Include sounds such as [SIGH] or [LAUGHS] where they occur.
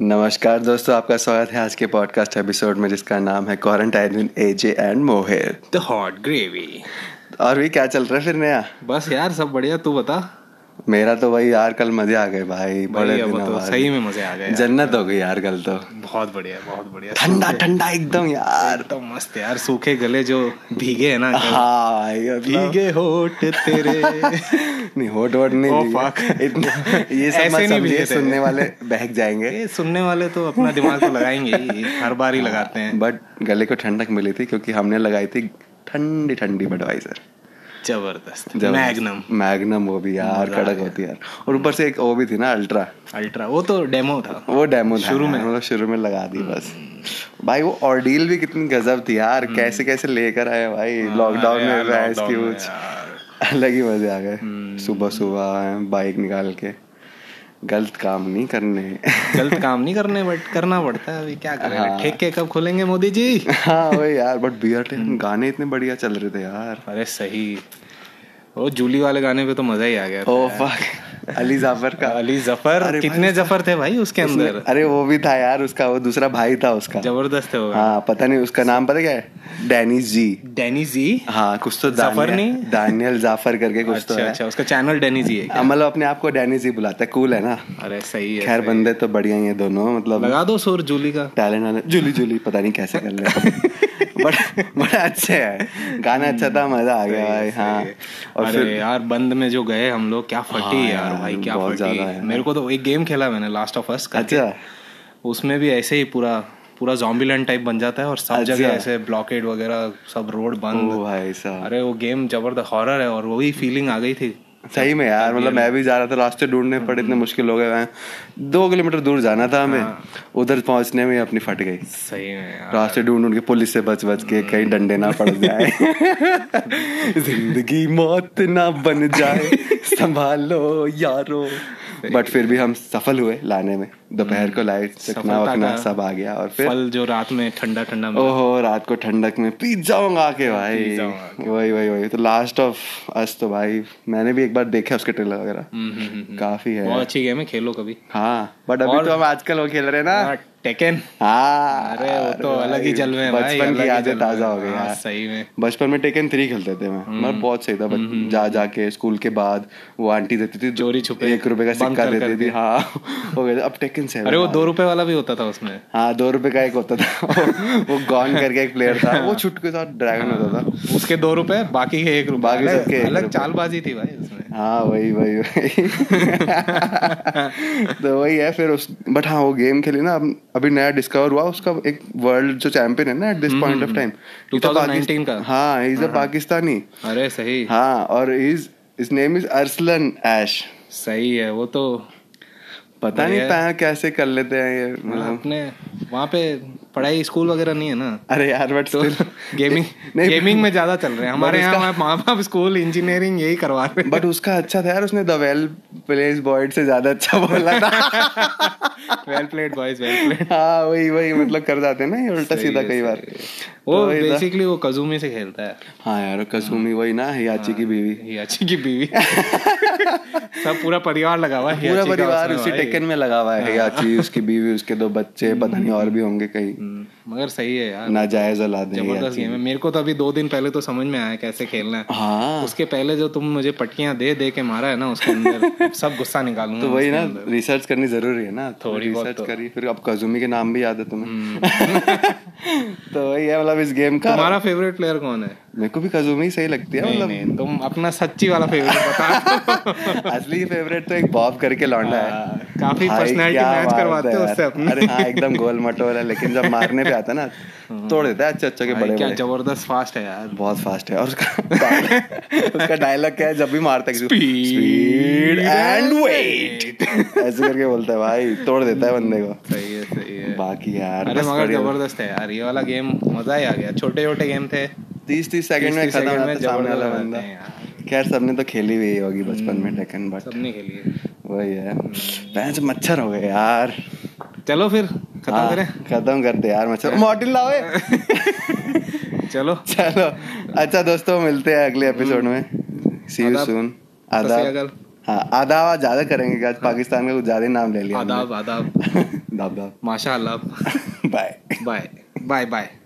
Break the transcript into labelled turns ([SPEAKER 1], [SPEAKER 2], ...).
[SPEAKER 1] नमस्कार दोस्तों आपका स्वागत है आज के पॉडकास्ट एपिसोड में जिसका नाम है quarantine with AJ and Mohir
[SPEAKER 2] the hot gravy
[SPEAKER 1] और भी क्या चल रहा है फिर नया
[SPEAKER 2] बस यार सब बढ़िया तू बता
[SPEAKER 1] मेरा तो भाई यार कल मजे आ गए भाई बड़े
[SPEAKER 2] भाई अब
[SPEAKER 1] दिनों
[SPEAKER 2] तो
[SPEAKER 1] बाद
[SPEAKER 2] सही में मजे आ गए यार।
[SPEAKER 1] जन्नत हो गई यार कल तो
[SPEAKER 2] बहुत बढ़िया बहुत बढ़िया
[SPEAKER 1] ठंडा ठंडा एकदम यार
[SPEAKER 2] तो मस्त यार सूखे गले जो भीगे है ना
[SPEAKER 1] [LAUGHS] हाँ भाई मतलब-
[SPEAKER 2] भीगे होठ तेरे
[SPEAKER 1] [LAUGHS] नहीं होट वोट नहीं
[SPEAKER 2] Oh,
[SPEAKER 1] भीगे।
[SPEAKER 2] fuck.
[SPEAKER 1] इतना ये
[SPEAKER 2] ऐसे
[SPEAKER 1] सब मत
[SPEAKER 2] नहीं
[SPEAKER 1] समझिए
[SPEAKER 2] भीगे थे।
[SPEAKER 1] सुनने वाले बहक जाएंगे
[SPEAKER 2] ये सुनने वाले तो अपना दिमाग तो लगाएंगे ही हर बार
[SPEAKER 1] हाँ।
[SPEAKER 2] ही लगाते हैं
[SPEAKER 1] बट गले को ठंडक मिली थी क्योंकि हमने लगाई थी ठंडी ठंडी
[SPEAKER 2] हम्म।
[SPEAKER 1] बडवाइजर
[SPEAKER 2] जबरदस्त
[SPEAKER 1] जबरदस्त।
[SPEAKER 2] मैग्नम
[SPEAKER 1] मैग्नम वो भी यार कड़क होती है यार और ऊपर से एक वो भी थी ना अल्ट्रा
[SPEAKER 2] अल्ट्रा वो तो डेमो था
[SPEAKER 1] वो डेमो था शुरू में मतलब शुरू में लगा दी बस भाई वो ऑर्डील भी कितनी गजब थी यार कैसे कैसे लेकर आए भाई लॉकडाउन में रैश की
[SPEAKER 2] lockdown में
[SPEAKER 1] ऊंच।
[SPEAKER 2] यार।
[SPEAKER 1] अलग ही मजे आ गए सुबह सुबह बाइक निकाल के गलत काम नहीं करने [LAUGHS]
[SPEAKER 2] गलत काम नहीं करने बट करना पड़ता है अभी क्या करें ठेके कब खुलेंगे मोदी जी
[SPEAKER 1] हाँ वही यार बट बियर गाने इतने बढ़िया चल रहे थे यार
[SPEAKER 2] अरे सही वो जूली वाले गाने पे तो मजा ही आ गया
[SPEAKER 1] oh fuck Oh, Ali Jafar का
[SPEAKER 2] अली जफर कितने जफर थे भाई उसके अंदर
[SPEAKER 1] अरे वो भी था यार उसका वो दूसरा भाई था उसका
[SPEAKER 2] जबरदस्त है वो
[SPEAKER 1] हाँ पता नहीं उसका नाम पता क्या है डेनिस जी
[SPEAKER 2] डेनी जी
[SPEAKER 1] हाँ कुछ तो
[SPEAKER 2] जाफर
[SPEAKER 1] दानियल-
[SPEAKER 2] नहीं?
[SPEAKER 1] दानियल जाफर करके कुछ तो
[SPEAKER 2] अच्छा अच्छा उसका चैनल डेनी जी है
[SPEAKER 1] हाँ, मतलब अपने आप को डेनिस ही बुलाता है कूल है ना
[SPEAKER 2] अरे सही है
[SPEAKER 1] खैर बंदे तो बढ़िया ही हैं दोनों मतलब
[SPEAKER 2] लगा दो सुर जूली का
[SPEAKER 1] टैलेंट वाले जुली जुली पता नहीं कैसे कर
[SPEAKER 2] [LAUGHS]
[SPEAKER 1] ले बड़ा बड़ा अच्छे है गाना अच्छा
[SPEAKER 2] हम्म,
[SPEAKER 1] था मजा आ गया भाई हाँ और
[SPEAKER 2] अरे यार बंद में जो गए हम लोग क्या फटी हाँ यार भाई क्या
[SPEAKER 1] बहुत ज्यादा
[SPEAKER 2] फटी मेरे को तो एक गेम खेला मैंने लास्ट ऑफ अस
[SPEAKER 1] अच्छा
[SPEAKER 2] उसमें भी ऐसे ही पूरा पूरा जॉम्बीलैंड टाइप बन जाता है और सब जगह ऐसे ब्लॉकेड वगैरह सब रोड बंद
[SPEAKER 1] ओ भाई साहब
[SPEAKER 2] अरे वो गेम जबरदस्त हॉरर है और वही फीलिंग आ गई थी
[SPEAKER 1] सही में यार मतलब मैं भी जा रहा था रास्ते ढूंढने पड़े
[SPEAKER 2] हम्म।
[SPEAKER 1] इतने मुश्किल हो गए हैं दो किलोमीटर दूर जाना था हमें
[SPEAKER 2] हाँ।
[SPEAKER 1] उधर पहुंचने में ही अपनी फट गई
[SPEAKER 2] सही में यार
[SPEAKER 1] रास्ते ढूंढ ढूंढ के पुलिस से बच बच के कहीं डंडे ना पड़ जाए
[SPEAKER 2] [LAUGHS]
[SPEAKER 1] जिंदगी मौत ना बन जाए संभालो यारो बट फिर भी हम सफल हुए लाने में दोपहर को लाइट चकना वकना सब आ गया और फिर
[SPEAKER 2] हम्म। फल जो रात में ठंडा ठंडा
[SPEAKER 1] ओहो रात को ठंडक में पी जाऊंगा के
[SPEAKER 2] हाँ,
[SPEAKER 1] भाई वही वही वही तो लास्ट ऑफ अस तो भाई मैंने भी एक बार देखा उसके ट्रेलर
[SPEAKER 2] हम्म,
[SPEAKER 1] वगैरह काफी है
[SPEAKER 2] बहुत अच्छी गेम है खेलो कभी हाँ,
[SPEAKER 1] हाँ बट अभी तो हम आजकल वो खेल रहे हैं ना
[SPEAKER 2] टेकन
[SPEAKER 1] हाँ
[SPEAKER 2] अरे वो तो अलग ही जलवे हैं भाई,
[SPEAKER 1] बचपन
[SPEAKER 2] अलग
[SPEAKER 1] की
[SPEAKER 2] ही
[SPEAKER 1] यादें
[SPEAKER 2] जलवे
[SPEAKER 1] ताजा
[SPEAKER 2] हैं।
[SPEAKER 1] हो गई
[SPEAKER 2] हाँ,
[SPEAKER 1] यार
[SPEAKER 2] सही में
[SPEAKER 1] बचपन में टेकन थ्री खेलते थे मैं
[SPEAKER 2] हम्म।
[SPEAKER 1] मतलब बहुत सही था बच- जा जाके स्कूल के बाद वो आंटी देती थी
[SPEAKER 2] चोरी छुपे,
[SPEAKER 1] एक रुपए का
[SPEAKER 2] बंक
[SPEAKER 1] सिक्का
[SPEAKER 2] कर
[SPEAKER 1] देती थी हाँ [LAUGHS] हो गया था। अब टेकन सेवन
[SPEAKER 2] अरे वो दो रुपए वाला भी होता था उसमें
[SPEAKER 1] हाँ दो रुपए का एक होता था [LAUGHS] वो- वो गॉन करके एक प्लेयर था वो छुट के साथ ड्रैगन होता था
[SPEAKER 2] उसके दो रुपए बाकी के एक रुपए
[SPEAKER 1] बाकी
[SPEAKER 2] अलग-
[SPEAKER 1] सबके एक
[SPEAKER 2] अलग चालबाजी थी भाई उसमें
[SPEAKER 1] हाँ वही वही [LAUGHS] वही तो वही है फिर उस बट हाँ वो गेम खेली ना अब- अभी नया डिस्कवर हुआ उसका एक वर्ल्ड जो चैंपियन है ना एट दिस
[SPEAKER 2] हम्म,
[SPEAKER 1] पॉइंट ऑफ टाइम
[SPEAKER 2] 2019 का।
[SPEAKER 1] तो हाँ इज अ पाकिस्तानी
[SPEAKER 2] अरे सही
[SPEAKER 1] हाँ और his his name is Arslan Ash
[SPEAKER 2] सही है वो तो
[SPEAKER 1] पता नहीं पा कैसे कर लेते हैं ये
[SPEAKER 2] हाँ।
[SPEAKER 1] मतलब
[SPEAKER 2] अपने वहाँ पे पढ़ाई स्कूल वगैरह नहीं है ना [LAUGHS]
[SPEAKER 1] अरे यार बट
[SPEAKER 2] तो- गेमिंग
[SPEAKER 1] नहीं,
[SPEAKER 2] गेमिंग में ज्यादा चल रहे हैं हमारे
[SPEAKER 1] बट
[SPEAKER 2] यहाँ हमारे माँ बाप स्कूल इंजीनियरिंग यही करवा रहे
[SPEAKER 1] [LAUGHS] बट उसका अच्छा था यार उसने द वेल प्लेस बॉयड से ज्यादा
[SPEAKER 2] [LAUGHS]
[SPEAKER 1] अच्छा बोला था
[SPEAKER 2] हैं well played boys well played
[SPEAKER 1] हाँ वही वही मतलब कर जाते हैं ना ये उल्टा सीधा कई बार तो
[SPEAKER 2] वो बेसिकली वो कजूमी से खेलता है
[SPEAKER 1] हाँ यार कसुमी वही ना हियाची
[SPEAKER 2] हाँ।
[SPEAKER 1] की बीवी
[SPEAKER 2] हियाची की बीवी सब पूरा परिवार लगा हुआ है
[SPEAKER 1] पूरा
[SPEAKER 2] हियाची का
[SPEAKER 1] परिवार
[SPEAKER 2] उसमें
[SPEAKER 1] उसी
[SPEAKER 2] भाई। हाँ।
[SPEAKER 1] टेकन में लगा हुआ है हियाची उसकी बीवी उसके दो बच्चे पता नहीं और भी होंगे कहीं
[SPEAKER 2] हम्म, मगर सही है यार
[SPEAKER 1] नाजायज औलाद है
[SPEAKER 2] हाँ। जबरदस्त गेम है मेरे को तो अभी दो दिन पहले तो समझ में आया कैसे खेलना है
[SPEAKER 1] हाँ
[SPEAKER 2] उसके पहले जो तुम मुझे पटकियां दे दे के मारा है ना उसके अंदर सब गुस्सा निकालूंगा
[SPEAKER 1] तो वही ना रिसर्च करनी जरूरी है ना थोड़ी
[SPEAKER 2] हम्म, बहुत तो। हम्म।
[SPEAKER 1] रिसर्च करी फिर अब कजुमी के नाम भी याद है तुम्हें [LAUGHS] तो वही है मतलब इस गेम का
[SPEAKER 2] तुम्हारा फेवरेट प्लेयर कौन है
[SPEAKER 1] मेरे को भी कजुमी ही सही लगती है
[SPEAKER 2] नहीं नहीं तुम अपना सच्ची वाला फेवरेट
[SPEAKER 1] [LAUGHS]
[SPEAKER 2] बता
[SPEAKER 1] मतलब [LAUGHS] असली फेवरेट तो एक बॉब करके लौंडा है
[SPEAKER 2] हाँ, काफी
[SPEAKER 1] भाई,
[SPEAKER 2] पर्सनालिटी
[SPEAKER 1] क्या
[SPEAKER 2] मैच
[SPEAKER 1] बात
[SPEAKER 2] करवाते हो
[SPEAKER 1] है
[SPEAKER 2] उससे
[SPEAKER 1] यार।
[SPEAKER 2] अपने
[SPEAKER 1] अरे हाँ एकदम गोल मटोल है लेकिन जब मारने पे आता है ना तोड़ देता है अच्छे अच्छे के बड़े
[SPEAKER 2] हाँ। क्या
[SPEAKER 1] बड़े
[SPEAKER 2] जबरदस्त फास्ट है यार
[SPEAKER 1] बहुत फास्ट है और उसका
[SPEAKER 2] [LAUGHS]
[SPEAKER 1] dialogue- उसका डायलॉग क्या है जब भी मारता है किसी को,
[SPEAKER 2] Speed
[SPEAKER 1] "Speed and
[SPEAKER 2] and
[SPEAKER 1] wait [LAUGHS] ऐसे करके बोलता है भाई तोड़ देता है बंदे को
[SPEAKER 2] सही है सही है
[SPEAKER 1] बाकी यार
[SPEAKER 2] अरे
[SPEAKER 1] बस
[SPEAKER 2] मगर
[SPEAKER 1] बढ़िया।
[SPEAKER 2] जबरदस्त है यार ये वाला गेम मजा ही आ गया छोटे छोटे गेम थे
[SPEAKER 1] तीस तीस सेकंड में
[SPEAKER 2] 30
[SPEAKER 1] खत्म
[SPEAKER 2] सेकंड
[SPEAKER 1] होता है
[SPEAKER 2] में
[SPEAKER 1] सामने
[SPEAKER 2] जबरदस्त
[SPEAKER 1] वाला
[SPEAKER 2] रहते
[SPEAKER 1] बंदा
[SPEAKER 2] हैं यार हम्म,
[SPEAKER 1] खैर सबने तो खेली हुई होगी बचपन में टेकन बट
[SPEAKER 2] सबने के लिए
[SPEAKER 1] वही है
[SPEAKER 2] हम्म।
[SPEAKER 1] पैंच मच्छर हो गए यार
[SPEAKER 2] चलो फिर खत्म
[SPEAKER 1] हाँ,
[SPEAKER 2] करें
[SPEAKER 1] खत्म करते यार मच्छर मॉडल लाओ ए।
[SPEAKER 2] [LAUGHS] चलो
[SPEAKER 1] चलो अच्छा दोस्तों मिलते हैं अगले एपिसोड में सी यू
[SPEAKER 2] हम्म। आदाब।
[SPEAKER 1] सून
[SPEAKER 2] सत श्री
[SPEAKER 1] आदाब
[SPEAKER 2] अकाल।
[SPEAKER 1] हाँ आधा ज्यादा करेंगे आज
[SPEAKER 2] हाँ।
[SPEAKER 1] पाकिस्तान का कुछ ज्यादा ही नाम ले लिया [LAUGHS]
[SPEAKER 2] आदाब आदाब
[SPEAKER 1] दाब दाब [LAUGHS]
[SPEAKER 2] माशाल्लाह
[SPEAKER 1] बाय
[SPEAKER 2] बाय बाय बाय